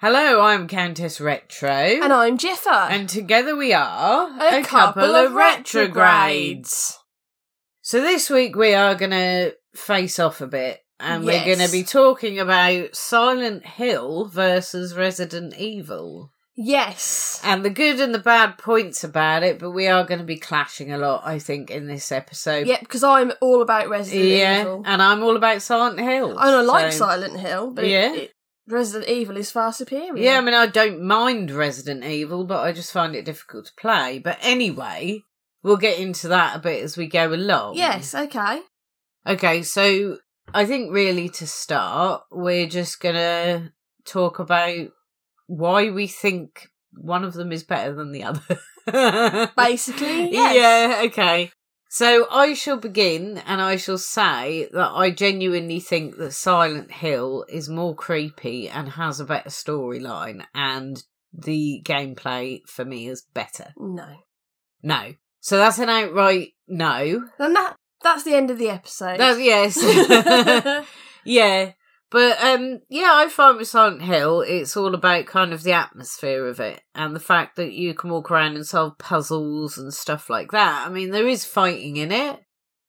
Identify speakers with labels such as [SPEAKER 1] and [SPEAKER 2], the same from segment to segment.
[SPEAKER 1] Hello, I'm Countess Retro.
[SPEAKER 2] And I'm Jiffer.
[SPEAKER 1] And together we are
[SPEAKER 2] a, couple, of retrogrades.
[SPEAKER 1] So this week we are going to face off a bit and we're going
[SPEAKER 2] Yes.
[SPEAKER 1] to be talking about Silent Hill versus Resident Evil.
[SPEAKER 2] Yes.
[SPEAKER 1] And the good and the bad points about it, but we are going to be clashing a lot, I think, in this episode.
[SPEAKER 2] Yep, because I'm all about Resident
[SPEAKER 1] Oh. Yeah,
[SPEAKER 2] Evil.
[SPEAKER 1] and I'm all about Silent Hill.
[SPEAKER 2] And I like
[SPEAKER 1] so-
[SPEAKER 2] Silent Hill, but it-
[SPEAKER 1] Yeah.
[SPEAKER 2] it- Resident Evil is far superior.
[SPEAKER 1] Yeah, I mean, I don't mind Resident Evil, but I just find it difficult to play. But anyway, we'll get into that a bit as we go along.
[SPEAKER 2] yes, okay.
[SPEAKER 1] Okay, so I think really to start, we're just going to talk about why we think one of them is better than the other.
[SPEAKER 2] Basically, yes.
[SPEAKER 1] Yeah, okay. So I shall begin and I shall say that I genuinely think that Silent Hill is more creepy and has a better storyline and the gameplay for me is better.
[SPEAKER 2] No.
[SPEAKER 1] No. So that's an outright no.
[SPEAKER 2] Then that that's the end of the episode.
[SPEAKER 1] That's yes. yeah. But um yeah, I find with Silent Hill it's all about kind of the atmosphere of it and the fact that you can walk around and solve puzzles and stuff like that. I mean there is fighting in it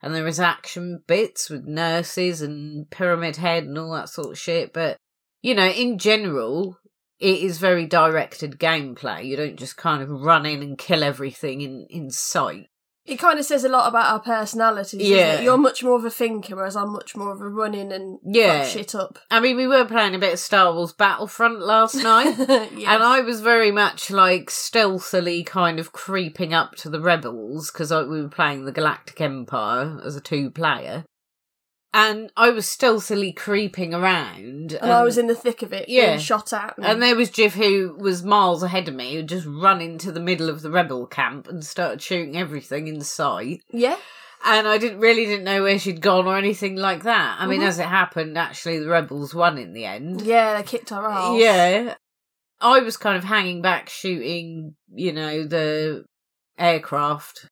[SPEAKER 1] and there is action bits with nurses and pyramid head and all that sort of shit, but you know, in general it is very directed gameplay. You don't just kind of run in and kill everything in, in sight.
[SPEAKER 2] it kind of says a lot about our personalities. doesn't
[SPEAKER 1] Yeah.
[SPEAKER 2] it? You're much more of a thinker, whereas I'm much more of a running and fuck
[SPEAKER 1] Yeah.
[SPEAKER 2] shit up.
[SPEAKER 1] I mean, we were playing a bit of Star Wars Battlefront last night,
[SPEAKER 2] Yes.
[SPEAKER 1] And I was very much like stealthily kind of creeping up to the rebels because we were playing the Galactic Empire as a two player. And I was stealthily creeping around.
[SPEAKER 2] and Oh, I was in the thick of it,
[SPEAKER 1] um, Yeah.
[SPEAKER 2] being shot at.
[SPEAKER 1] And there was Jiff who was miles ahead of me, who just run into the middle of the rebel camp and started shooting everything in sight.
[SPEAKER 2] yeah,
[SPEAKER 1] And I didn't really didn't know where she'd gone or anything like that. I mean,
[SPEAKER 2] Mhm.
[SPEAKER 1] as it happened, actually the rebels won in the end.
[SPEAKER 2] yeah, they kicked our ass.
[SPEAKER 1] Yeah. I was kind of hanging back shooting, you know, the aircraft,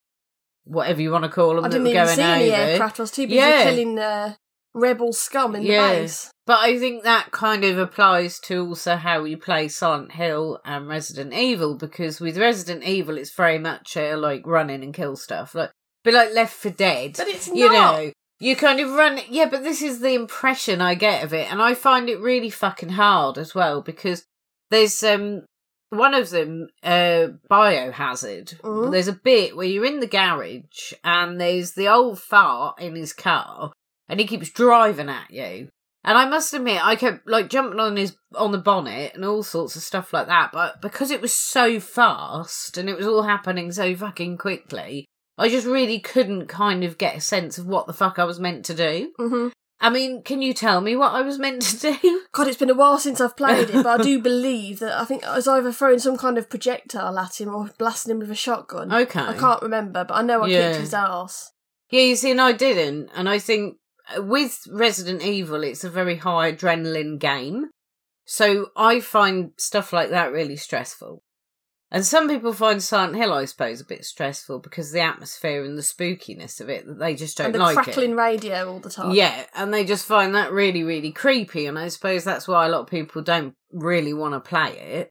[SPEAKER 1] whatever you want to call them,
[SPEAKER 2] I
[SPEAKER 1] that
[SPEAKER 2] didn't
[SPEAKER 1] were
[SPEAKER 2] even
[SPEAKER 1] going
[SPEAKER 2] see any
[SPEAKER 1] over.
[SPEAKER 2] aircraft. I was too busy
[SPEAKER 1] Yeah.
[SPEAKER 2] killing the rebel scum in
[SPEAKER 1] Yeah.
[SPEAKER 2] the base.
[SPEAKER 1] But I think that kind of applies to also how you play Silent Hill and Resident Evil, because with Resident Evil, it's very much uh, like run in and kill stuff, like be like Left for Dead.
[SPEAKER 2] But it's
[SPEAKER 1] you
[SPEAKER 2] not.
[SPEAKER 1] know you kind of run yeah but this is the impression i get of it and i find it really fucking hard as well because there's um one of them uh biohazard
[SPEAKER 2] Mm.
[SPEAKER 1] there's a bit where you're in the garage and there's the old fart in his car and he keeps driving at you and I must admit, I kept like jumping on his on the bonnet and all sorts of stuff like that. But because it was so fast and it was all happening so fucking quickly, I just really couldn't kind of get a sense of what the fuck I was meant to do.
[SPEAKER 2] hmm
[SPEAKER 1] I mean, can you tell me what I was meant to do?
[SPEAKER 2] God, it's been a while since I've played it, but I do believe that I think I was either throwing some kind of projectile at him or blasting him with a shotgun.
[SPEAKER 1] Okay.
[SPEAKER 2] I can't remember, but I know I
[SPEAKER 1] Oh, Yeah.
[SPEAKER 2] kicked his ass.
[SPEAKER 1] Yeah, you see, and I didn't. And I think uh, with Resident Evil, it's a very high adrenaline game. So I find stuff like that really stressful. And some people find Silent Hill, I suppose, a bit stressful because of the atmosphere and the spookiness of it that they just don't
[SPEAKER 2] and the
[SPEAKER 1] like
[SPEAKER 2] crackling
[SPEAKER 1] it.
[SPEAKER 2] radio all the time.
[SPEAKER 1] Yeah, and they just find that really, really creepy. And I suppose that's why a lot of people don't really want to play it.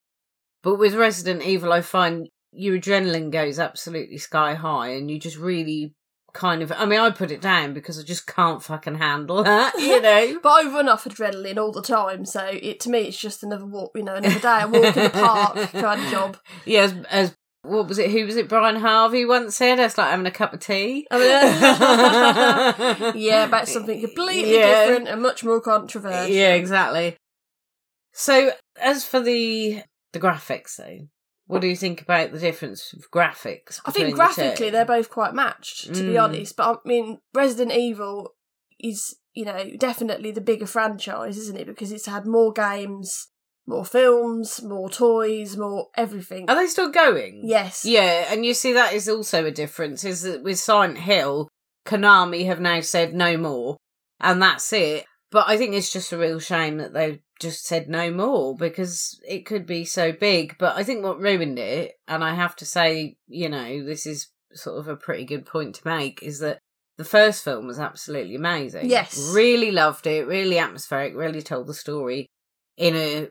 [SPEAKER 1] But with Resident Evil, I find your adrenaline goes absolutely sky high and you just really kind of. I mean, I put it down because I just can't fucking handle that, you know?
[SPEAKER 2] But I run off adrenaline all the time, so it to me it's just another walk, you know, another day, a walk in the park kind of job.
[SPEAKER 1] yeah, as, as what was it? Who was it? Brian Harvey once said, "It's like having a cup of tea."
[SPEAKER 2] Oh, Yeah, about something completely
[SPEAKER 1] Yeah.
[SPEAKER 2] different and much more controversial.
[SPEAKER 1] Yeah, exactly. So, as for the the graphics, though, what do you think about the difference of graphics?
[SPEAKER 2] I think
[SPEAKER 1] between the two?
[SPEAKER 2] graphically they're both quite matched, to be
[SPEAKER 1] Mm.
[SPEAKER 2] honest. But I mean, Resident Evil is, you know, definitely the bigger franchise, isn't it? Because it's had more games, more films, more toys, more everything.
[SPEAKER 1] are they still going?
[SPEAKER 2] yes.
[SPEAKER 1] Yeah, and you see that is also a difference is that with Silent Hill, Konami have now said no more, and that's it. But I think it's just a real shame that they've just said no more because it could be so big. But I think what ruined it, and I have to say, you know, this is sort of a pretty good point to make, is that the first film was absolutely amazing.
[SPEAKER 2] Yes.
[SPEAKER 1] Really loved it, really atmospheric, really told the story in a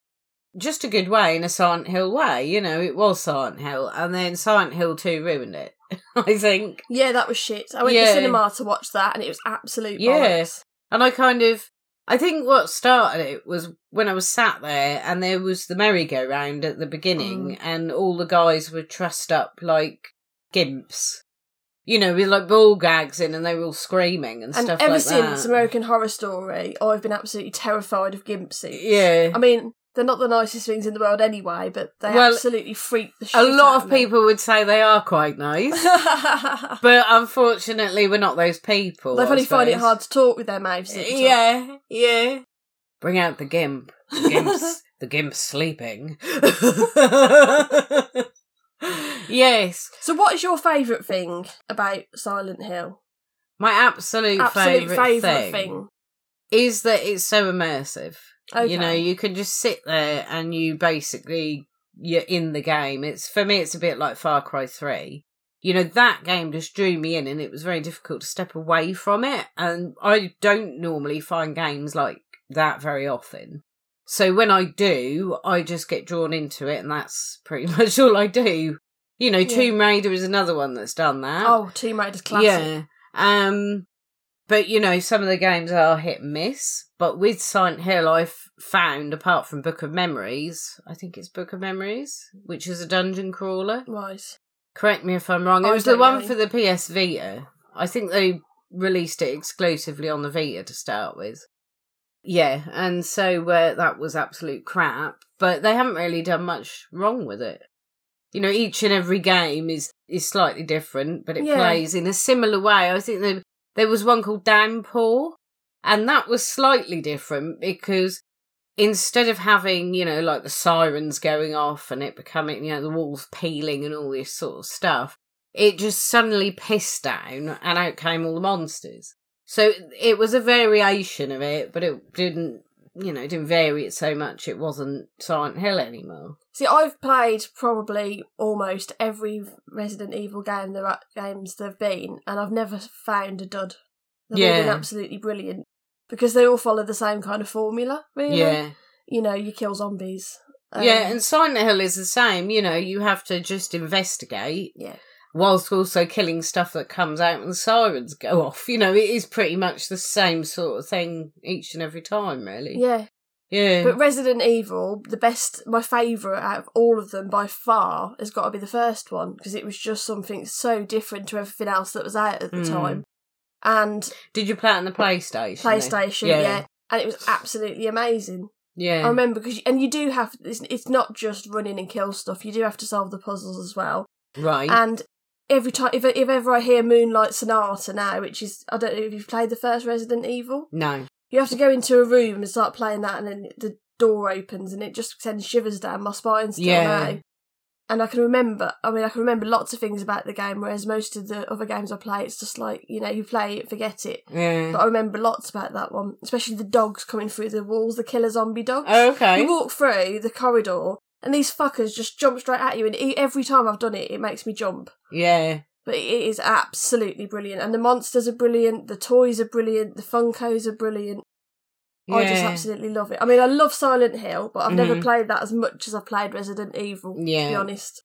[SPEAKER 1] just a good way in a Silent Hill way. You know, it was Silent Hill, and then Silent Hill 2 ruined it, I think.
[SPEAKER 2] Yeah, that was shit. I went to
[SPEAKER 1] Yeah.
[SPEAKER 2] the cinema to watch that, and it was absolute
[SPEAKER 1] Yeah.
[SPEAKER 2] bollocks.
[SPEAKER 1] And I kind of, I think what started it was when I was sat there and there was the merry-go-round at the
[SPEAKER 2] Mm.
[SPEAKER 1] beginning, and all the guys were trussed up like gimps. You know, with like ball gags in, and they were all screaming and,
[SPEAKER 2] And
[SPEAKER 1] stuff
[SPEAKER 2] ever
[SPEAKER 1] like
[SPEAKER 2] since
[SPEAKER 1] that.
[SPEAKER 2] American Horror Story, I've been absolutely terrified of gimp suits.
[SPEAKER 1] yeah,
[SPEAKER 2] I mean, they're not the nicest things in the world anyway, but they
[SPEAKER 1] Well,
[SPEAKER 2] absolutely freak the shit
[SPEAKER 1] a
[SPEAKER 2] out
[SPEAKER 1] lot of
[SPEAKER 2] me.
[SPEAKER 1] people would say they are quite nice.
[SPEAKER 2] they
[SPEAKER 1] But unfortunately, we're not those people. I
[SPEAKER 2] probably find it
[SPEAKER 1] suppose.
[SPEAKER 2] hard to talk with their mouths. zipped up.
[SPEAKER 1] Yeah, yeah. Bring out the gimp. The gimp's, the gimp's sleeping. yes.
[SPEAKER 2] So, what is your favourite thing about Silent Hill?
[SPEAKER 1] My absolute,
[SPEAKER 2] Absolute
[SPEAKER 1] favourite,
[SPEAKER 2] favourite
[SPEAKER 1] thing, is that it's so immersive. You know, you can just sit there and you basically you're in the game. It's for me it's a bit like Far Cry 3. You know, that game just drew me in and it was very difficult to step away from it and I don't normally find games like that very often. So when I do, I just get drawn into it and that's pretty much all I do. You know,
[SPEAKER 2] Yeah.
[SPEAKER 1] Tomb Raider is another one that's done that.
[SPEAKER 2] Oh, Tomb Raider's classic.
[SPEAKER 1] Yeah. Um, but you know, some of the games are hit and miss. But with Silent Hill, I've found, apart from Book of Memories, I think it's Book of Memories, which is a dungeon crawler.
[SPEAKER 2] Right.
[SPEAKER 1] Correct me if I'm wrong. It
[SPEAKER 2] I
[SPEAKER 1] was the
[SPEAKER 2] don't
[SPEAKER 1] one
[SPEAKER 2] know.
[SPEAKER 1] for the PS Vita. I think they released it exclusively on the Vita to start with. Yeah, and so uh, that was absolute crap. But they haven't really done much wrong with it. You know, each and every game is is slightly different, but it
[SPEAKER 2] Yeah.
[SPEAKER 1] plays in a similar way. I think there there was one called Downpour, and that was slightly different because instead of having you know like the sirens going off and it becoming you know the walls peeling and all this sort of stuff it just suddenly pissed down and out came all the monsters so it was a variation of it but it didn't you know it didn't vary it so much it wasn't silent hill anymore
[SPEAKER 2] See, I've played probably almost every Resident Evil game there are games there've been, and I've never found a dud. They've all been
[SPEAKER 1] Yeah.
[SPEAKER 2] absolutely brilliant because they all follow the same kind of formula. Really,
[SPEAKER 1] yeah
[SPEAKER 2] You know, you kill zombies. um,
[SPEAKER 1] yeah and silent hill is the same you know you have to just investigate
[SPEAKER 2] yeah.
[SPEAKER 1] whilst also killing stuff that comes out and sirens go off. You know, it is pretty much the same sort of thing each and every time, really.
[SPEAKER 2] Yeah.
[SPEAKER 1] Yeah.
[SPEAKER 2] But Resident Evil, the best, my favourite out of all of them by far, has got to be the first one because it was just something so different to everything else that was out at the
[SPEAKER 1] Mm.
[SPEAKER 2] time. And
[SPEAKER 1] Did you play it on the PlayStation? though?
[SPEAKER 2] PlayStation, yeah. Um, And it was absolutely amazing.
[SPEAKER 1] Yeah.
[SPEAKER 2] I remember because, and you do have, it's, it's not just running and kill stuff, you do have to solve the puzzles as well.
[SPEAKER 1] right.
[SPEAKER 2] And every time, if, if ever I hear Moonlight Sonata now, which is, I don't know if you've played the first Resident Evil,
[SPEAKER 1] no.
[SPEAKER 2] you have to go into a room and start playing that, and then the door opens and it just sends shivers down my spine still
[SPEAKER 1] Yeah.
[SPEAKER 2] now. And I can remember, I mean, I can remember lots of things about the game, whereas most of the other games I play, it's just like, you know, you play it, forget it.
[SPEAKER 1] Yeah.
[SPEAKER 2] But I remember lots about that one, especially the dogs coming through the walls, the killer zombie dogs.
[SPEAKER 1] Oh, okay.
[SPEAKER 2] You walk through the corridor, and these fuckers just jump straight at you, and e- every time I've done it, it makes me jump.
[SPEAKER 1] yeah.
[SPEAKER 2] But it is absolutely brilliant, and the monsters are brilliant, the toys are brilliant, the Funkos are brilliant. I just
[SPEAKER 1] Yeah.
[SPEAKER 2] absolutely love it. I mean, I love Silent Hill, but I've never
[SPEAKER 1] Mhm.
[SPEAKER 2] played that as much as I played Resident Evil. To be
[SPEAKER 1] Yeah.
[SPEAKER 2] honest,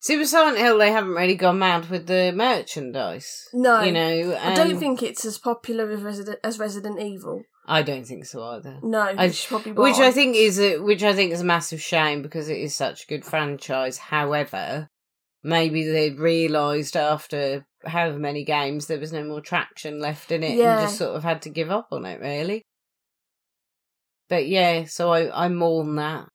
[SPEAKER 1] See, with Silent Hill, they haven't really gone mad with the merchandise.
[SPEAKER 2] No.
[SPEAKER 1] You know,
[SPEAKER 2] I don't
[SPEAKER 1] um,
[SPEAKER 2] think it's as popular as Resident as Resident Evil.
[SPEAKER 1] I don't think so either.
[SPEAKER 2] No,
[SPEAKER 1] I-
[SPEAKER 2] which is probably why.
[SPEAKER 1] Which I think is a, which I think is a massive shame because it is such a good franchise. However, maybe they realised after however many games there was no more traction left in it
[SPEAKER 2] Yeah.
[SPEAKER 1] and just sort of had to give up on it really. But yeah, so I I mourn that.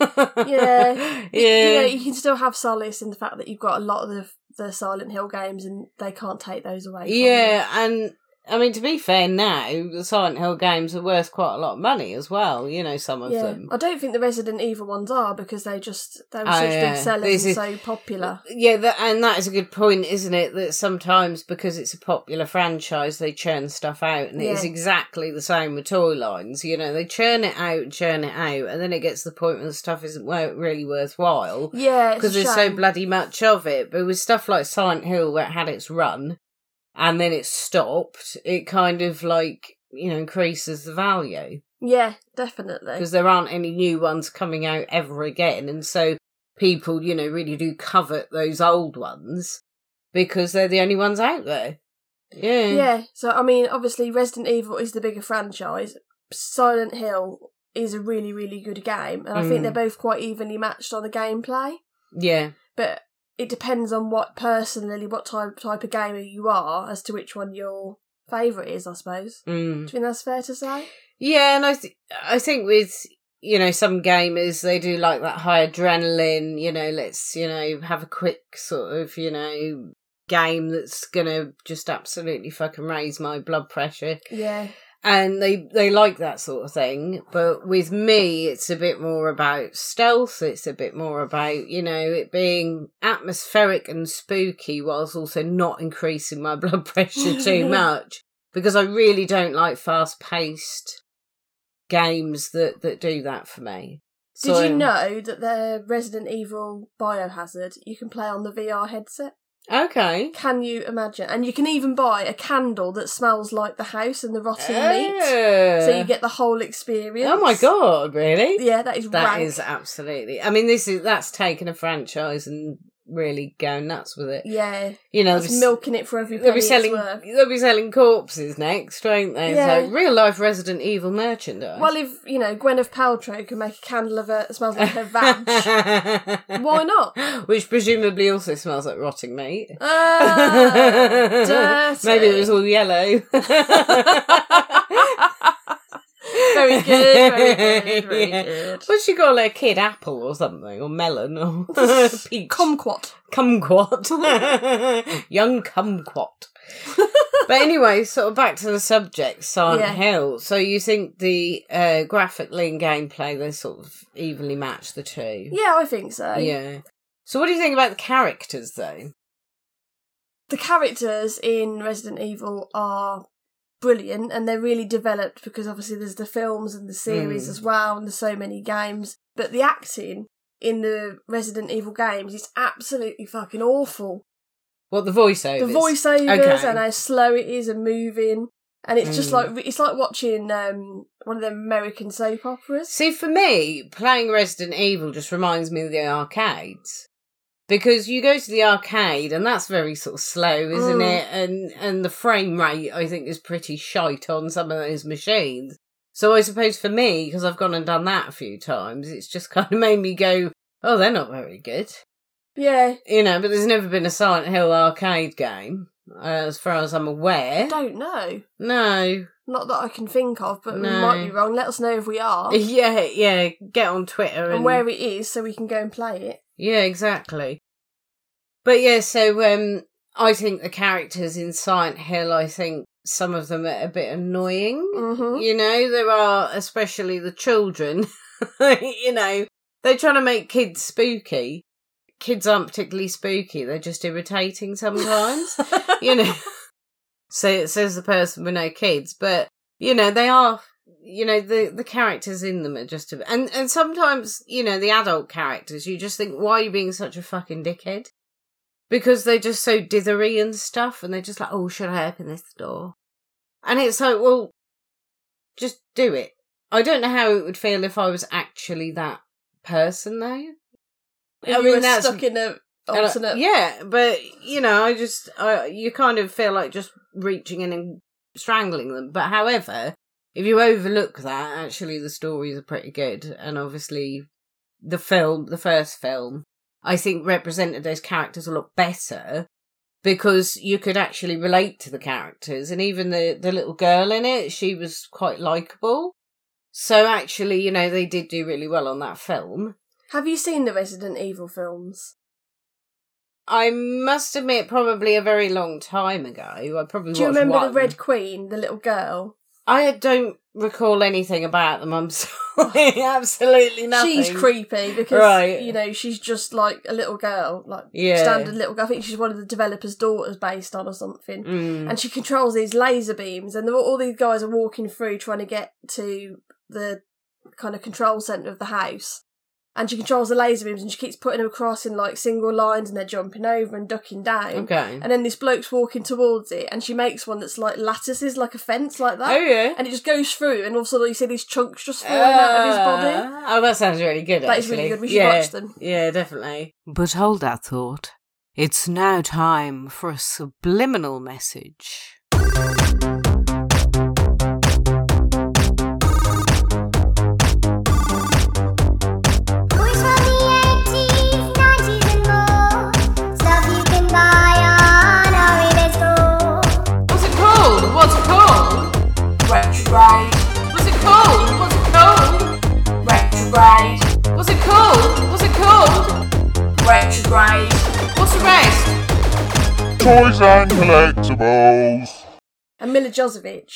[SPEAKER 2] Yeah.
[SPEAKER 1] yeah,
[SPEAKER 2] you know, you can still have solace in the fact that you've got a lot of the, the Silent Hill games, and they can't take those away. from you.
[SPEAKER 1] yeah, and. I mean, to be fair, now the Silent Hill games are worth quite a lot of money as well. You know, some of
[SPEAKER 2] yeah.
[SPEAKER 1] them.
[SPEAKER 2] I don't think the Resident Evil ones are because they just they were
[SPEAKER 1] Oh,
[SPEAKER 2] such
[SPEAKER 1] yeah.
[SPEAKER 2] big sellers
[SPEAKER 1] This
[SPEAKER 2] and
[SPEAKER 1] is-
[SPEAKER 2] so popular.
[SPEAKER 1] Yeah, that, and that is a good point, isn't it? That sometimes because it's a popular franchise, they churn stuff out, and it is
[SPEAKER 2] Yeah.
[SPEAKER 1] exactly the same with toy lines. You know, they churn it out, churn it out, and then it gets to the point where the stuff isn't wor- really worthwhile
[SPEAKER 2] Yeah, it's a
[SPEAKER 1] because there's so
[SPEAKER 2] shame.
[SPEAKER 1] bloody much of it. But with stuff like Silent Hill, where it had its run and then it stopped, it kind of like you know increases the value.
[SPEAKER 2] Yeah, definitely.
[SPEAKER 1] because there aren't any new ones coming out ever again. And so people, you know, really do covet those old ones because they're the only ones out there. Yeah.
[SPEAKER 2] Yeah, so I mean, obviously, Resident Evil is the bigger franchise. Silent Hill is a really, really good game, and I think
[SPEAKER 1] Mm.
[SPEAKER 2] they're both quite evenly matched on the gameplay.
[SPEAKER 1] Yeah.
[SPEAKER 2] But it depends on what personally, what type type of gamer you are, as to which one your favourite is. I suppose. Do
[SPEAKER 1] Mm.
[SPEAKER 2] you think that's fair to say?
[SPEAKER 1] Yeah. And I, th- I think with, you know, some gamers, they do like that high adrenaline, you know, let's, you know, have a quick sort of, you know, game that's going to just absolutely fucking raise my blood pressure.
[SPEAKER 2] Yeah,
[SPEAKER 1] and they they like that sort of thing but with me it's a bit more about stealth it's a bit more about you know it being atmospheric and spooky whilst also not increasing my blood pressure too much because i really don't like fast paced games that that do that for me
[SPEAKER 2] Did
[SPEAKER 1] So-
[SPEAKER 2] you know that the Resident Evil Biohazard you can play on the VR headset?
[SPEAKER 1] okay
[SPEAKER 2] Can you imagine? And you can even buy a candle that smells like the house and the rotten meat, so you
[SPEAKER 1] Yeah.
[SPEAKER 2] get the whole experience.
[SPEAKER 1] oh my god really
[SPEAKER 2] Yeah, that is
[SPEAKER 1] That
[SPEAKER 2] rank.
[SPEAKER 1] is absolutely. I mean, this is that's taken a franchise and really going nuts with it.
[SPEAKER 2] yeah,
[SPEAKER 1] You know,
[SPEAKER 2] that's
[SPEAKER 1] s-
[SPEAKER 2] milking it for every penny
[SPEAKER 1] they'll be selling
[SPEAKER 2] it's worth.
[SPEAKER 1] they'll be selling corpses next, won't they?
[SPEAKER 2] Yeah.
[SPEAKER 1] So real life Resident Evil merchandise.
[SPEAKER 2] Well, if you know Gwyneth Paltrow can make a candle of it that smells like her vag, why not?
[SPEAKER 1] Which presumably also smells like rotting meat.
[SPEAKER 2] Ah,
[SPEAKER 1] Maybe it
[SPEAKER 2] dirty.
[SPEAKER 1] was all yellow.
[SPEAKER 2] Very good, very good, very
[SPEAKER 1] Yeah.
[SPEAKER 2] good.
[SPEAKER 1] What she call a kid apple or something, or melon, or peach?
[SPEAKER 2] Kumquat.
[SPEAKER 1] Kumquat. Young kumquat. but anyway, sort of back to the subject, Silent
[SPEAKER 2] Yeah.
[SPEAKER 1] Hill. So you think the uh, graphically and gameplay, they sort of evenly match the two?
[SPEAKER 2] Yeah, I think so.
[SPEAKER 1] Yeah. So what do you think about the characters, though?
[SPEAKER 2] the characters in Resident Evil are brilliant and they're really developed because obviously there's the films and the series
[SPEAKER 1] Mm.
[SPEAKER 2] as well and there's so many games. But the acting in the Resident Evil games is absolutely fucking awful.
[SPEAKER 1] What the voiceovers?
[SPEAKER 2] The voiceovers
[SPEAKER 1] Okay.
[SPEAKER 2] and how slow it is and moving. And it's just like
[SPEAKER 1] Mm.
[SPEAKER 2] it's like watching um, one of the American soap operas.
[SPEAKER 1] See, for me, playing Resident Evil just reminds me of the arcades. Because you go to the arcade and that's very sort of slow, isn't
[SPEAKER 2] Mm.
[SPEAKER 1] it? And and the frame rate I think is pretty shite on some of those machines. So I suppose for me, because I've gone and done that a few times, it's just kind of made me go, "Oh, they're not very good,"
[SPEAKER 2] Yeah,
[SPEAKER 1] you know. But there's never been a Silent Hill arcade game, uh, as far as I'm aware.
[SPEAKER 2] I don't know.
[SPEAKER 1] No,
[SPEAKER 2] Not that I can think of, but we
[SPEAKER 1] No.
[SPEAKER 2] might be wrong. Let us know if we are
[SPEAKER 1] yeah, yeah. Get on Twitter
[SPEAKER 2] and where it is, so we can go and play it.
[SPEAKER 1] Yeah, exactly. But yeah, so um I think the characters in Silent Hill, I think some of them are a bit annoying.
[SPEAKER 2] hmm
[SPEAKER 1] You know, there are especially the children. you know, they're trying to make kids spooky. Kids aren't particularly spooky, they're just irritating sometimes you know. So it says the person with no kids, but you know they are. You know the the characters in them are just a, and and sometimes you know the adult characters you just think why are you being such a fucking dickhead because they're just so dithery and stuff and they're just like oh should I open this door and it's like well just do it I don't know how it would feel if I was actually that person though
[SPEAKER 2] If
[SPEAKER 1] I
[SPEAKER 2] you
[SPEAKER 1] mean,
[SPEAKER 2] were
[SPEAKER 1] that's-
[SPEAKER 2] stuck in a
[SPEAKER 1] and I-
[SPEAKER 2] alternate.
[SPEAKER 1] yeah, but you know, I just I, you kind of feel like just reaching in and strangling them. But however, if you overlook that, actually the stories are pretty good, and obviously the film, the first film, I think represented those characters a lot better because you could actually relate to the characters, and even the the little girl in it, she was quite likable. So actually, you know, they did do really well on that film.
[SPEAKER 2] Have you seen the Resident Evil films?
[SPEAKER 1] I must admit, probably a very long time ago. I probably
[SPEAKER 2] Do you
[SPEAKER 1] watched
[SPEAKER 2] remember
[SPEAKER 1] one.
[SPEAKER 2] the Red Queen, the little girl?
[SPEAKER 1] I don't recall anything about them. I'm sorry, absolutely nothing.
[SPEAKER 2] She's creepy because
[SPEAKER 1] Right.
[SPEAKER 2] you know she's just like a little girl, like
[SPEAKER 1] Yeah.
[SPEAKER 2] standard little girl. I think she's one of the developers' daughters, based on or something.
[SPEAKER 1] Mm.
[SPEAKER 2] And she controls these laser beams, and they're- all these guys are walking through trying to get to the kind of control center of the house. and she controls the laser beams and she keeps putting them across in like single lines and they're jumping over and ducking down.
[SPEAKER 1] Okay.
[SPEAKER 2] And then this bloke's walking towards it and she makes one that's like lattices, like a fence, like that.
[SPEAKER 1] Oh yeah.
[SPEAKER 2] And it just goes through and all of a sudden you see these chunks just falling out of his body.
[SPEAKER 1] Uh, Oh, that sounds really good.
[SPEAKER 2] That is
[SPEAKER 1] actually.
[SPEAKER 2] really good. We should
[SPEAKER 1] yeah.
[SPEAKER 2] watch them.
[SPEAKER 1] Yeah, definitely. But hold that thought. It's now time for a subliminal message.
[SPEAKER 3] Boys from the 80s, 90s and more. Stuff you can buy on a rebate store.
[SPEAKER 1] What's it called? What's it called?
[SPEAKER 4] retrograde,
[SPEAKER 1] What's it called? What's it called?
[SPEAKER 4] retrograde,
[SPEAKER 1] What's it called? What's it called?
[SPEAKER 4] retrograde.
[SPEAKER 1] What's the rest?
[SPEAKER 5] Toys and collectibles.
[SPEAKER 2] And Mila Jozovic.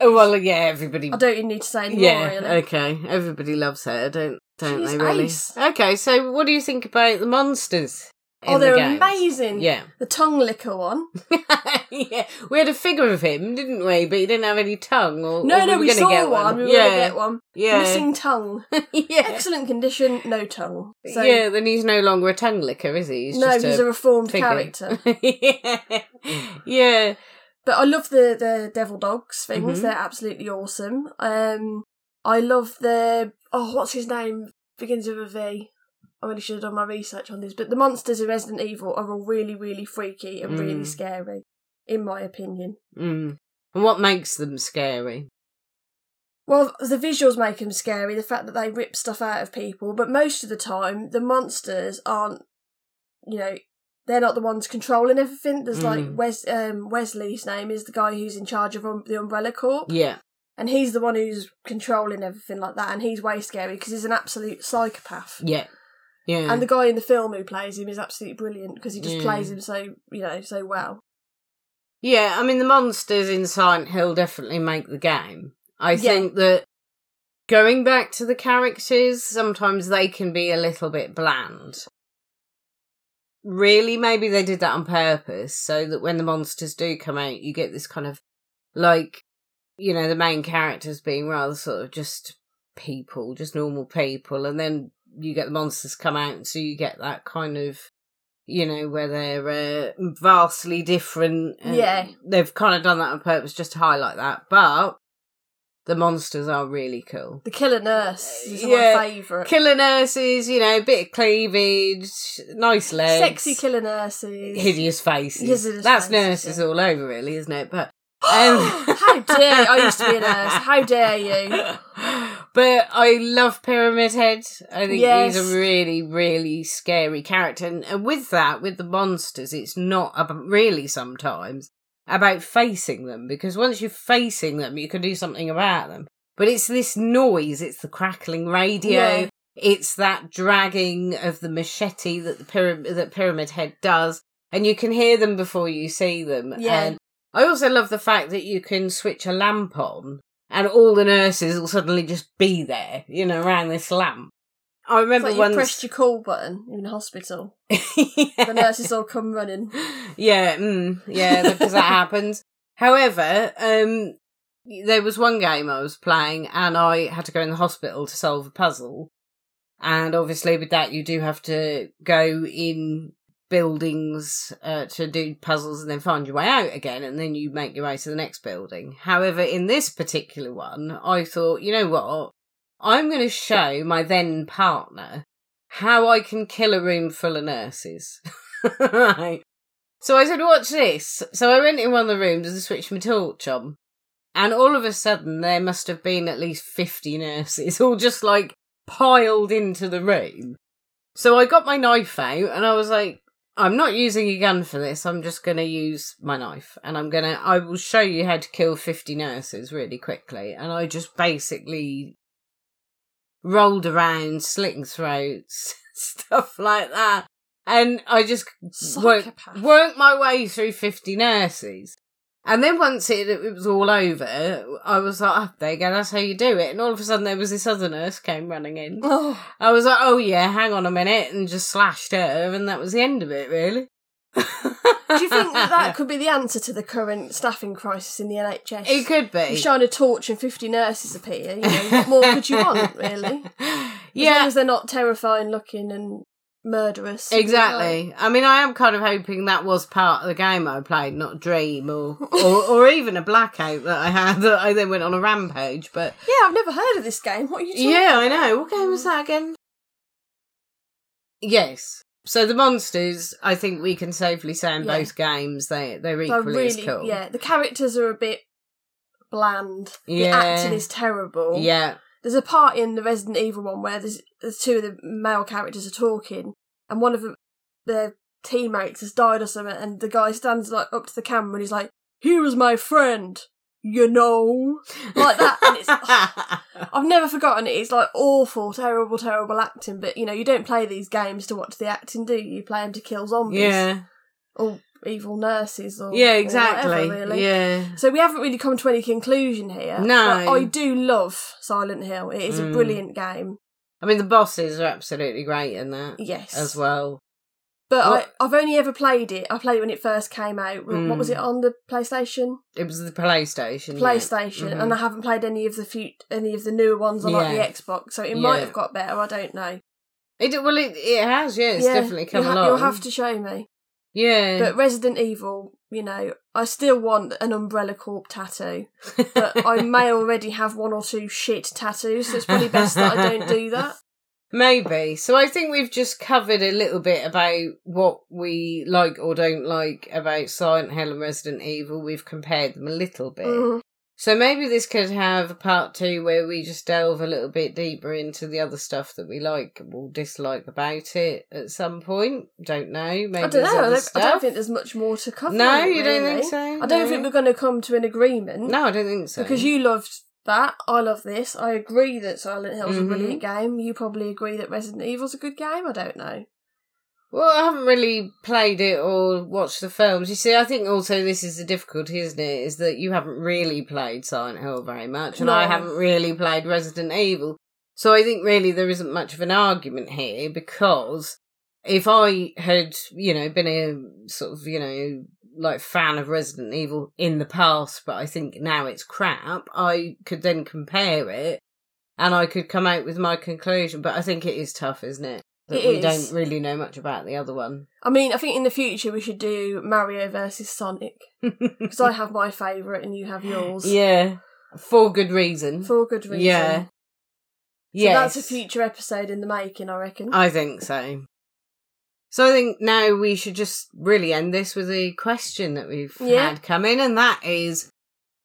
[SPEAKER 1] Oh well, yeah, everybody.
[SPEAKER 2] I don't even need to say anymore,
[SPEAKER 1] Yeah,
[SPEAKER 2] really.
[SPEAKER 1] okay. Everybody loves her, don't don't
[SPEAKER 2] She's
[SPEAKER 1] they? Really?
[SPEAKER 2] ace.
[SPEAKER 1] Okay, so what do you think about the monsters? in
[SPEAKER 2] oh,
[SPEAKER 1] the
[SPEAKER 2] they're
[SPEAKER 1] games?
[SPEAKER 2] amazing.
[SPEAKER 1] Yeah.
[SPEAKER 2] The tongue licker one.
[SPEAKER 1] yeah, we had a figure of him, didn't we? But he didn't have any tongue. Or,
[SPEAKER 2] No,
[SPEAKER 1] or
[SPEAKER 2] no,
[SPEAKER 1] were
[SPEAKER 2] we,
[SPEAKER 1] gonna
[SPEAKER 2] saw
[SPEAKER 1] get
[SPEAKER 2] one.
[SPEAKER 1] one.
[SPEAKER 2] We were
[SPEAKER 1] yeah,
[SPEAKER 2] going to get one.
[SPEAKER 1] yeah,
[SPEAKER 2] Missing tongue.
[SPEAKER 1] yeah,
[SPEAKER 2] Excellent condition, no tongue. So,
[SPEAKER 1] yeah. Then he's no longer a tongue licker, is he? He's
[SPEAKER 2] no,
[SPEAKER 1] just
[SPEAKER 2] he's
[SPEAKER 1] a,
[SPEAKER 2] a reformed
[SPEAKER 1] figure.
[SPEAKER 2] character.
[SPEAKER 1] yeah, yeah.
[SPEAKER 2] But I love the, the devil dogs things.
[SPEAKER 1] Mhm.
[SPEAKER 2] They're absolutely awesome. Um, I love the. Oh, what's his name? Begins with a V. I really should have done my research on these. But the monsters in Resident Evil are all really, really freaky and really
[SPEAKER 1] Mm.
[SPEAKER 2] scary, in my opinion.
[SPEAKER 1] Mm. And what makes them scary?
[SPEAKER 2] Well, the visuals make them scary, the fact that they rip stuff out of people, but most of the time, the monsters aren't, you know, they're not the ones controlling everything. There's
[SPEAKER 1] Mm.
[SPEAKER 2] like Wes, um, Wesley's name is the guy who's in charge of um, the Umbrella Corp,
[SPEAKER 1] Yeah,
[SPEAKER 2] and he's the one who's controlling everything like that, and he's way scary because he's an absolute psychopath.
[SPEAKER 1] yeah, yeah.
[SPEAKER 2] And the guy in the film who plays him is absolutely brilliant because he just
[SPEAKER 1] Yeah.
[SPEAKER 2] plays him so, you know, so well.
[SPEAKER 1] Yeah, I mean the monsters in Silent Hill definitely make the game. I
[SPEAKER 2] Yeah.
[SPEAKER 1] think that going back to the characters, sometimes they can be a little bit bland. Really, maybe they did that on purpose so that when the monsters do come out, you get this kind of like you know the main characters being rather sort of just people, just normal people, and then you get the monsters come out, and so you get that kind of you know where they're uh, vastly different. and
[SPEAKER 2] Yeah.
[SPEAKER 1] they've kind of done that on purpose just to highlight that, but. The monsters are really cool.
[SPEAKER 2] The killer nurse is
[SPEAKER 1] Yeah.
[SPEAKER 2] my favourite.
[SPEAKER 1] Killer nurses, you know, bit of cleavage, nice legs,
[SPEAKER 2] Sexy killer nurses.
[SPEAKER 1] hideous faces.
[SPEAKER 2] Hideous
[SPEAKER 1] That's
[SPEAKER 2] faces,
[SPEAKER 1] nurses
[SPEAKER 2] yeah.
[SPEAKER 1] all over, really, isn't it? But Oh,
[SPEAKER 2] How dare I used to be a nurse. How dare you?
[SPEAKER 1] but I love Pyramid Head. I think he's
[SPEAKER 2] Yes.
[SPEAKER 1] a really, really scary character. And, and with that, with the monsters, it's not ab- really sometimes about facing them because once you're facing them, you can do something about them. But it's this noise, it's the crackling radio,
[SPEAKER 2] Yeah.
[SPEAKER 1] it's that dragging of the machete that the pyramid that Pyramid Head does, and you can hear them before you see them.
[SPEAKER 2] Yeah.
[SPEAKER 1] And I also love the fact that you can switch a lamp on and all the nurses will suddenly just be there, you know, around this lamp. I
[SPEAKER 2] It's
[SPEAKER 1] remember
[SPEAKER 2] like you
[SPEAKER 1] once
[SPEAKER 2] pressed your call button in hospital.
[SPEAKER 1] Yeah.
[SPEAKER 2] The nurses all come running.
[SPEAKER 1] yeah, mm, yeah, because that happens. However, um, there was one game I was playing, and I had to go in the hospital to solve a puzzle. And obviously, with that, you do have to go in buildings uh, to do puzzles and then find your way out again, and then you make your way to the next building. However, in this particular one, I thought, you know what? I'm going to show my then partner how I can kill a room full of nurses. right. So I said, watch this. So I went in one of the rooms and switched my torch on. And all of a sudden, there must have been at least 50 nurses, all just like piled into the room. So I got my knife out and I was like, I'm not using a gun for this. I'm just going to use my knife and I'm going to, I will show you how to kill 50 nurses really quickly. And I just basically rolled around, slitting throats, stuff like that. And I just worked,
[SPEAKER 2] Psychopath.
[SPEAKER 1] worked my way through 50 nurses. And then once it, it was all over, I was like, oh, there you go, that's how you do it. And all of a sudden there was this other nurse came running in.
[SPEAKER 2] Oh,
[SPEAKER 1] I was like, oh yeah, hang on a minute, and just slashed her, and that was the end of it, really. Do
[SPEAKER 2] do you think that, that could be the answer to the current staffing crisis in the NHS?
[SPEAKER 1] It could
[SPEAKER 2] You
[SPEAKER 1] be.
[SPEAKER 2] shine a torch and 50 nurses appear. You know, what more could you want, really?
[SPEAKER 1] Yeah,
[SPEAKER 2] As long
[SPEAKER 1] Yeah,
[SPEAKER 2] as they're not terrifying looking and murderous. you'll be like-
[SPEAKER 1] exactly. I mean, I am kind of hoping that was part of the game I played, not a dream or, or or even a blackout that I had that I then went on a rampage. But
[SPEAKER 2] Yeah, I've never heard of this game. What are you talking
[SPEAKER 1] yeah, I
[SPEAKER 2] about?
[SPEAKER 1] know. What game was that again? Yes. So the monsters, I think we can safely say in
[SPEAKER 2] Yeah.
[SPEAKER 1] both games they they're
[SPEAKER 2] They're
[SPEAKER 1] equally as cool.
[SPEAKER 2] Yeah, the characters are a bit bland.
[SPEAKER 1] Yeah.
[SPEAKER 2] The acting is terrible.
[SPEAKER 1] Yeah.
[SPEAKER 2] There's a part in the Resident Evil one where there's, there's two of the male characters are talking, and one of them, their teammates has died or something, and the guy stands like up to the camera and he's like, "Here is my friend." You know, like that, and it's I've never forgotten it. It's like awful, terrible, terrible acting. But you know, you don't play these games to watch the acting, do you? You play them to kill zombies
[SPEAKER 1] yeah.
[SPEAKER 2] or evil nurses or
[SPEAKER 1] Yeah,
[SPEAKER 2] or
[SPEAKER 1] exactly.
[SPEAKER 2] whatever, really.
[SPEAKER 1] Yeah.
[SPEAKER 2] So we haven't really come to any conclusion here.
[SPEAKER 1] No.
[SPEAKER 2] but I do love Silent Hill. It is
[SPEAKER 1] Mm.
[SPEAKER 2] a brilliant game.
[SPEAKER 1] I mean the bosses are absolutely great in that.
[SPEAKER 2] Yes.
[SPEAKER 1] As well.
[SPEAKER 2] But
[SPEAKER 1] What-
[SPEAKER 2] I, I've only ever played it. I played it when it first came out. W- What was
[SPEAKER 1] Mm.
[SPEAKER 2] it on the PlayStation?
[SPEAKER 1] It was the PlayStation. yeah.
[SPEAKER 2] PlayStation,
[SPEAKER 1] Mhm.
[SPEAKER 2] and I haven't played any of the few, any of the newer ones on
[SPEAKER 1] Yeah.
[SPEAKER 2] like the Xbox. So it might
[SPEAKER 1] Yeah.
[SPEAKER 2] have got better. I don't know.
[SPEAKER 1] It did- well it, it has, yeah, it's definitely come
[SPEAKER 2] you'll ha-
[SPEAKER 1] along.
[SPEAKER 2] You'll have to show me.
[SPEAKER 1] Yeah.
[SPEAKER 2] But Resident Evil, you know, I still want an Umbrella Corp tattoo, but I may already have one or two shit tattoos, so it's probably best that I don't do that.
[SPEAKER 1] Maybe. So I think we've just covered a little bit about what we like or don't like about Silent Hill and Resident Evil. We've compared them a little bit.
[SPEAKER 2] Mhm.
[SPEAKER 1] So maybe this could have a part two where we just delve a little bit deeper into the other stuff that we like or dislike about it at some point. Don't know. Maybe
[SPEAKER 2] I don't
[SPEAKER 1] there's
[SPEAKER 2] know.
[SPEAKER 1] other
[SPEAKER 2] I don't, I don't
[SPEAKER 1] stuff.
[SPEAKER 2] think there's much more to cover.
[SPEAKER 1] No,
[SPEAKER 2] on it,
[SPEAKER 1] you don't think
[SPEAKER 2] really.
[SPEAKER 1] so?
[SPEAKER 2] I don't
[SPEAKER 1] No.
[SPEAKER 2] think we're going to come to an agreement.
[SPEAKER 1] No, I don't think so.
[SPEAKER 2] Because you loved that. I love this. I agree that Silent Hill's a
[SPEAKER 1] Mhm.
[SPEAKER 2] brilliant game. You probably agree that Resident Evil's a good game. I don't know.
[SPEAKER 1] Well, I haven't really played it or watched the films. You see, I think also this is the difficulty, isn't it? Is that you haven't really played Silent Hill very much, and I
[SPEAKER 2] No.
[SPEAKER 1] haven't really played Resident Evil. So I think really there isn't much of an argument here because if I had, you know, been a sort of, you know, like fan of Resident Evil in the past, but I think now it's crap, I could then compare it and I could come out with my conclusion. But I think it is tough, isn't it? That
[SPEAKER 2] It
[SPEAKER 1] we
[SPEAKER 2] is.
[SPEAKER 1] don't really know much about the other one.
[SPEAKER 2] I mean, I think in the future we should do Mario versus Sonic. Because I have my favourite and you have yours.
[SPEAKER 1] Yeah. For good reason.
[SPEAKER 2] For good reason.
[SPEAKER 1] Yeah.
[SPEAKER 2] So
[SPEAKER 1] Yes.
[SPEAKER 2] that's a future episode in the making, I reckon.
[SPEAKER 1] I think so. So I think now we should just really end this with a question that we've
[SPEAKER 2] Yeah.
[SPEAKER 1] had come in, and that is,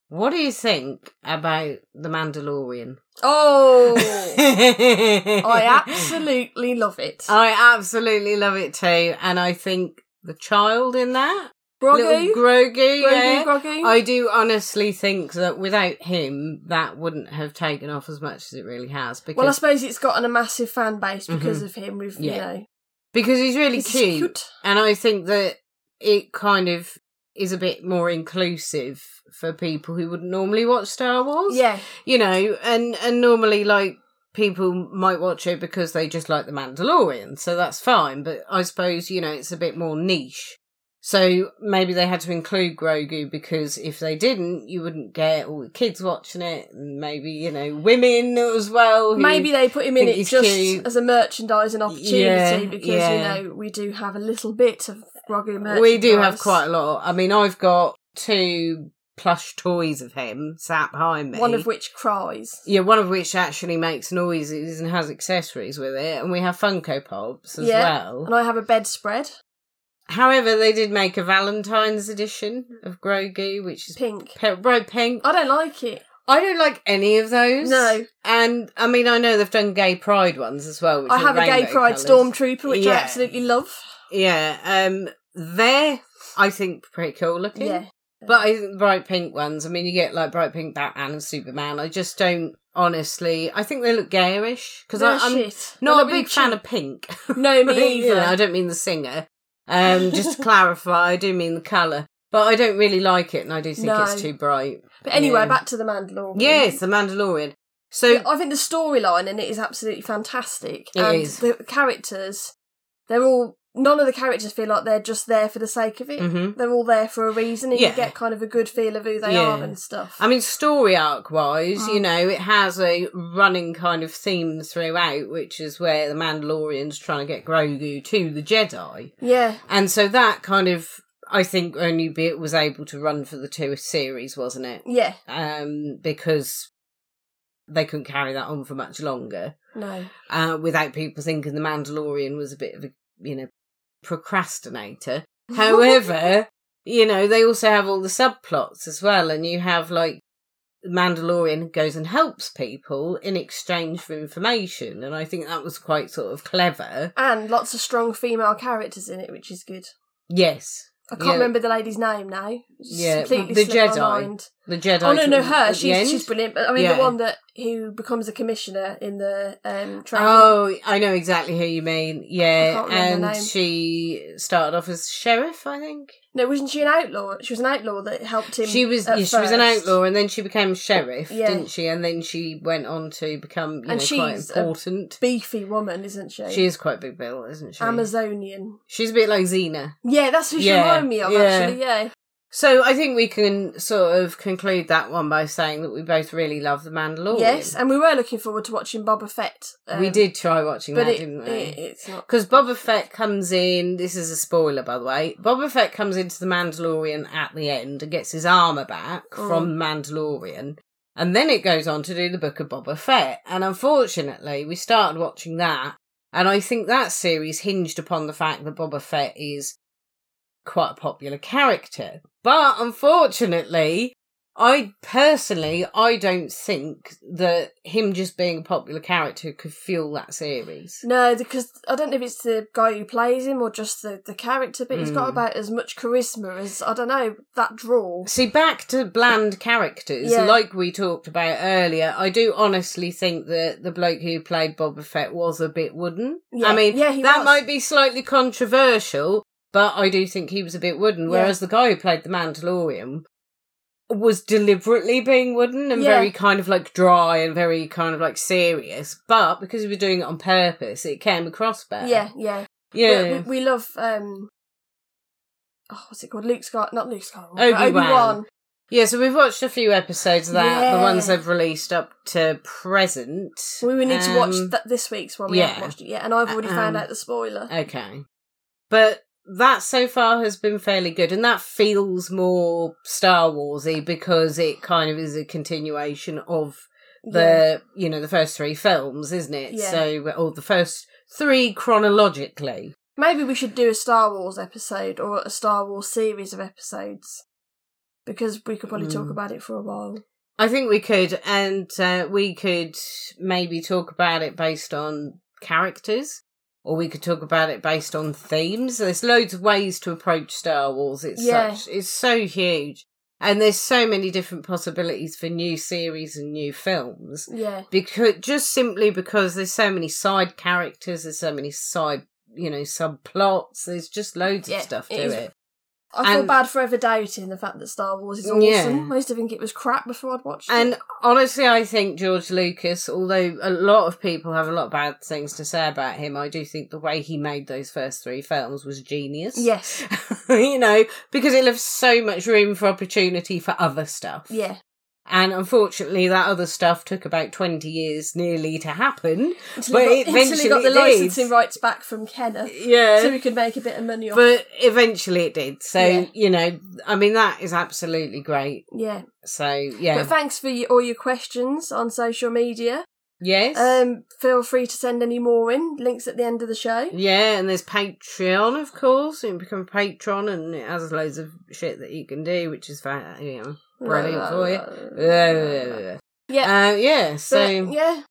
[SPEAKER 1] what do you think about the Mandalorian?
[SPEAKER 2] oh, I
[SPEAKER 1] I
[SPEAKER 2] absolutely love it.
[SPEAKER 1] I absolutely love it too, and I think the child in that
[SPEAKER 2] Grogu,
[SPEAKER 1] little Grogu,
[SPEAKER 2] Grogu,
[SPEAKER 1] yeah.
[SPEAKER 2] Grogu.
[SPEAKER 1] I do honestly think that without him, that wouldn't have taken off as much as it really has. Because Mm-hmm.
[SPEAKER 2] well, I suppose it's gotten a massive fan base because of him. We've, you
[SPEAKER 1] Yeah.
[SPEAKER 2] know,
[SPEAKER 1] because he's really
[SPEAKER 2] he's
[SPEAKER 1] cute, and I think that it kind of is a bit more inclusive for people who wouldn't normally watch Star Wars.
[SPEAKER 2] Yeah,
[SPEAKER 1] you know, and and normally like people might watch it because they just like the Mandalorian, so that's fine. But I suppose you know it's a bit more niche. So maybe they had to include Grogu because if they didn't, you wouldn't get all the kids watching it, and maybe you know women as well. who-
[SPEAKER 2] maybe they put him in
[SPEAKER 1] think
[SPEAKER 2] it
[SPEAKER 1] he's
[SPEAKER 2] just
[SPEAKER 1] cute.
[SPEAKER 2] as a merchandising opportunity
[SPEAKER 1] Yeah,
[SPEAKER 2] because
[SPEAKER 1] yeah.
[SPEAKER 2] you know we do have a little bit of Grogu merchandise.
[SPEAKER 1] we do have quite a lot. I mean, I've got two plush toys of him sat behind me.
[SPEAKER 2] one of which cries.
[SPEAKER 1] Yeah, one of which actually makes noises and has accessories with it, and we have Funko Pops as well.
[SPEAKER 2] and I have a bedspread,
[SPEAKER 1] However, they did make a Valentine's edition of Grogu, which is
[SPEAKER 2] pink.
[SPEAKER 1] pe- bright pink.
[SPEAKER 2] I don't like it.
[SPEAKER 1] I don't like any of those.
[SPEAKER 2] No.
[SPEAKER 1] and I mean I know they've done gay pride ones as well. Which
[SPEAKER 2] I
[SPEAKER 1] are
[SPEAKER 2] have a gay
[SPEAKER 1] rainbow
[SPEAKER 2] pride
[SPEAKER 1] colours.
[SPEAKER 2] stormtrooper, which I
[SPEAKER 1] Yeah.
[SPEAKER 2] absolutely love.
[SPEAKER 1] Yeah, um, they're I think pretty cool looking.
[SPEAKER 2] Yeah,
[SPEAKER 1] But I think the bright pink ones, I mean, you get like bright pink Batman and Superman. I just don't, honestly, I think they look garish. Because
[SPEAKER 2] They're
[SPEAKER 1] I'm
[SPEAKER 2] shit. They
[SPEAKER 1] not
[SPEAKER 2] look
[SPEAKER 1] a
[SPEAKER 2] really
[SPEAKER 1] big fan
[SPEAKER 2] cheap.
[SPEAKER 1] of pink.
[SPEAKER 2] No,
[SPEAKER 1] But,
[SPEAKER 2] me
[SPEAKER 1] you know,
[SPEAKER 2] either.
[SPEAKER 1] I don't mean the singer. Um, just to clarify, I do mean the colour. But I don't really like it and I do think
[SPEAKER 2] No.
[SPEAKER 1] it's too bright.
[SPEAKER 2] But anyway,
[SPEAKER 1] Yeah.
[SPEAKER 2] back to the Mandalorian.
[SPEAKER 1] Yes, The Mandalorian. So,
[SPEAKER 2] Yeah, I think the storyline in it is absolutely fantastic,
[SPEAKER 1] It
[SPEAKER 2] and
[SPEAKER 1] is.
[SPEAKER 2] the characters, they're all none of the characters feel like they're just there for the sake of it.
[SPEAKER 1] Mhm.
[SPEAKER 2] They're all there for a reason, and
[SPEAKER 1] Yeah.
[SPEAKER 2] you get kind of a good feel of who they
[SPEAKER 1] Yeah.
[SPEAKER 2] are and stuff.
[SPEAKER 1] I mean, story arc wise, you
[SPEAKER 2] Mm.
[SPEAKER 1] know, it has a running kind of theme throughout, which is where the Mandalorian's trying to get Grogu to the Jedi.
[SPEAKER 2] yeah,
[SPEAKER 1] And so that kind of, I think, only be it was able to run for the two series, wasn't it?
[SPEAKER 2] yeah,
[SPEAKER 1] Um, because they couldn't carry that on for much longer
[SPEAKER 2] no,
[SPEAKER 1] uh, without people thinking the Mandalorian was a bit of a, you know, procrastinator. However, you know, they also have all the subplots as well, and you have like the Mandalorian goes and helps people in exchange for information, and I think that was quite sort of clever.
[SPEAKER 2] and lots of strong female characters in it, which is good.
[SPEAKER 1] Yes,
[SPEAKER 2] I can't
[SPEAKER 1] Yeah.
[SPEAKER 2] remember the lady's name now. It's
[SPEAKER 1] Yeah,
[SPEAKER 2] completely
[SPEAKER 1] the
[SPEAKER 2] slipped my
[SPEAKER 1] Jedi.
[SPEAKER 2] mind.
[SPEAKER 1] the Jedi.
[SPEAKER 2] Oh no, no,
[SPEAKER 1] at
[SPEAKER 2] her.
[SPEAKER 1] the
[SPEAKER 2] She's
[SPEAKER 1] end.
[SPEAKER 2] she's brilliant. But I mean,
[SPEAKER 1] Yeah.
[SPEAKER 2] the one that who becomes a commissioner in the um training.
[SPEAKER 1] Oh, I know exactly who you mean. Yeah,
[SPEAKER 2] can't remember her
[SPEAKER 1] and
[SPEAKER 2] name.
[SPEAKER 1] she started off as sheriff, I think.
[SPEAKER 2] No, wasn't she an outlaw? She was an outlaw that helped him.
[SPEAKER 1] She was
[SPEAKER 2] at
[SPEAKER 1] yeah, she was an
[SPEAKER 2] first.
[SPEAKER 1] outlaw, and then she became sheriff,
[SPEAKER 2] Yeah.
[SPEAKER 1] didn't she? And then she went on to become you
[SPEAKER 2] And
[SPEAKER 1] know, quite
[SPEAKER 2] she's a
[SPEAKER 1] important.
[SPEAKER 2] beefy woman, isn't she?
[SPEAKER 1] She is quite big bill, isn't she?
[SPEAKER 2] Amazonian.
[SPEAKER 1] She's a bit like Xena.
[SPEAKER 2] Yeah, that's who she
[SPEAKER 1] Yeah,
[SPEAKER 2] reminded me of.
[SPEAKER 1] yeah.
[SPEAKER 2] Actually, yeah.
[SPEAKER 1] So I think we can sort of conclude that one by saying that we both really love the Mandalorian.
[SPEAKER 2] Yes, and we were looking forward to watching Boba Fett. um,
[SPEAKER 1] Oh. we did try watching
[SPEAKER 2] but
[SPEAKER 1] that,
[SPEAKER 2] it,
[SPEAKER 1] didn't we?
[SPEAKER 2] it- it's not.
[SPEAKER 1] Because Boba Fett comes in. This is a spoiler, by the way. Boba Fett comes into the Mandalorian at the end and gets his armor back from the Mandalorian, and then it goes on to do the Book of Boba Fett. And unfortunately, we started watching that, and I think that series hinged upon the fact that Boba Fett is quite a popular character. But unfortunately, I personally, I don't think that him just being a popular character could fuel that series.
[SPEAKER 2] No, because I don't know if it's the guy who plays him or just the, the character, but he's got
[SPEAKER 1] Mm.
[SPEAKER 2] about as much charisma as I don't know that draw.
[SPEAKER 1] See, back to bland characters,
[SPEAKER 2] Yeah.
[SPEAKER 1] like we talked about earlier, I do honestly think that the bloke who played Boba Fett was a bit wooden. I
[SPEAKER 2] Yeah.
[SPEAKER 1] mean,
[SPEAKER 2] Yeah, he
[SPEAKER 1] that
[SPEAKER 2] was.
[SPEAKER 1] might be slightly controversial, but I do think he was a bit wooden, whereas the guy who played the Mandalorian was deliberately being wooden and
[SPEAKER 2] Yeah.
[SPEAKER 1] very kind of like dry and very kind of like serious. But because he was doing it on purpose, it came across better.
[SPEAKER 2] Yeah, yeah.
[SPEAKER 1] Yeah.
[SPEAKER 2] But We, we love. um Oh, what's it called? Luke Scar, not Luke Skywalker.
[SPEAKER 1] Obi-Wan.
[SPEAKER 2] Obi Wan.
[SPEAKER 1] yeah, so we've watched a few episodes of that, the
[SPEAKER 2] Yeah.
[SPEAKER 1] ones they've released up to present.
[SPEAKER 2] We would need to watch
[SPEAKER 1] Um,
[SPEAKER 2] that this week's one. We
[SPEAKER 1] yeah.
[SPEAKER 2] haven't watched it yet, and I've already found
[SPEAKER 1] Um,
[SPEAKER 2] out the spoiler.
[SPEAKER 1] Okay. But that so far has been fairly good, and that feels more Star Warsy because it kind of is a continuation of the you know the first three films, isn't it?
[SPEAKER 2] Yeah.
[SPEAKER 1] So or the first three chronologically.
[SPEAKER 2] Maybe we should do a Star Wars episode or a Star Wars series of episodes because we could probably
[SPEAKER 1] Mm.
[SPEAKER 2] talk about it for a while.
[SPEAKER 1] I think we could, and uh, we could maybe talk about it based on characters, or we could talk about it based on themes. There's loads of ways to approach Star Wars. It's
[SPEAKER 2] Yeah.
[SPEAKER 1] such, it's so huge, and there's so many different possibilities for new series and new films.
[SPEAKER 2] Yeah,
[SPEAKER 1] Because just simply because there's so many side characters, there's so many side, you know, subplots. There's just loads
[SPEAKER 2] Yeah,
[SPEAKER 1] of stuff
[SPEAKER 2] it
[SPEAKER 1] to
[SPEAKER 2] is-
[SPEAKER 1] it.
[SPEAKER 2] I feel
[SPEAKER 1] And-
[SPEAKER 2] bad for ever doubting the fact that Star Wars is awesome.
[SPEAKER 1] Yeah.
[SPEAKER 2] I used to think it was crap before I'd watched
[SPEAKER 1] And
[SPEAKER 2] it.
[SPEAKER 1] honestly, I think George Lucas, although a lot of people have a lot of bad things to say about him, I do think the way he made those first three films was genius.
[SPEAKER 2] Yes,
[SPEAKER 1] you know, because it left so much room for opportunity for other stuff.
[SPEAKER 2] yeah.
[SPEAKER 1] And unfortunately, that other stuff took about 20 years nearly to happen.
[SPEAKER 2] Until
[SPEAKER 1] But
[SPEAKER 2] he
[SPEAKER 1] it
[SPEAKER 2] got, until
[SPEAKER 1] eventually
[SPEAKER 2] he got the
[SPEAKER 1] it did.
[SPEAKER 2] licensing rights back from Kenner,
[SPEAKER 1] Yeah.
[SPEAKER 2] so we could make a bit of money off.
[SPEAKER 1] but eventually it did. So,
[SPEAKER 2] Yeah.
[SPEAKER 1] you know, I mean, that is absolutely great.
[SPEAKER 2] yeah.
[SPEAKER 1] So, yeah.
[SPEAKER 2] But thanks for your, all your questions on social media.
[SPEAKER 1] yes.
[SPEAKER 2] Um, feel free to send any more in. Links at the end of the show.
[SPEAKER 1] Yeah, and there's Patreon, of course. You can become a patron, and it has loads of shit that you can do, which is fa- you know, brilliant for you. Yeah,
[SPEAKER 2] Uh, Yeah.
[SPEAKER 1] uh, yeah. So
[SPEAKER 2] but, yeah.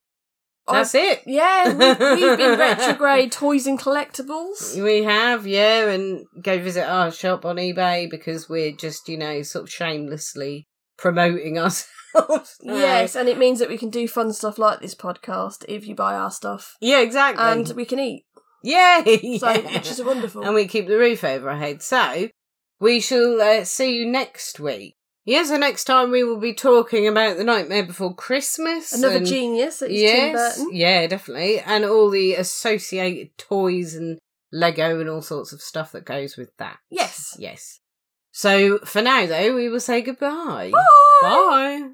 [SPEAKER 1] that's it.
[SPEAKER 2] Yeah, we, we've been retrograde toys and collectibles.
[SPEAKER 1] We have, yeah, and go visit our shop on eBay because we're just, you know, sort of shamelessly promoting ourselves. now.
[SPEAKER 2] Yes, and it means that we can do fun stuff like this podcast if you buy our stuff,
[SPEAKER 1] Yeah, exactly.
[SPEAKER 2] and we can eat,
[SPEAKER 1] Yay!
[SPEAKER 2] so which is wonderful.
[SPEAKER 1] and we keep the roof over our head. So we shall uh, see you next week. Yeah, so next time we will be talking about the Nightmare Before Christmas.
[SPEAKER 2] Another
[SPEAKER 1] and-
[SPEAKER 2] genius that is Tim
[SPEAKER 1] Yes,
[SPEAKER 2] Burton.
[SPEAKER 1] yeah, definitely, and all the associated toys and Lego and all sorts of stuff that goes with that.
[SPEAKER 2] Yes.
[SPEAKER 1] Yes. So for now, though, we will say goodbye. Bye.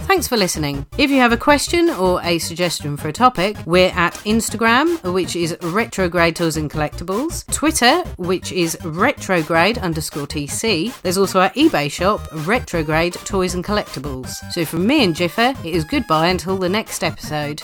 [SPEAKER 1] Thanks for listening. If you have a question or a suggestion for a topic, we're at Instagram, which is Retrograde Tools and Collectibles, Twitter, which is Retrograde underscore TC. There's also our eBay shop, Retrograde Toys and Collectibles. So from me and Jiffer, it is goodbye until the next episode.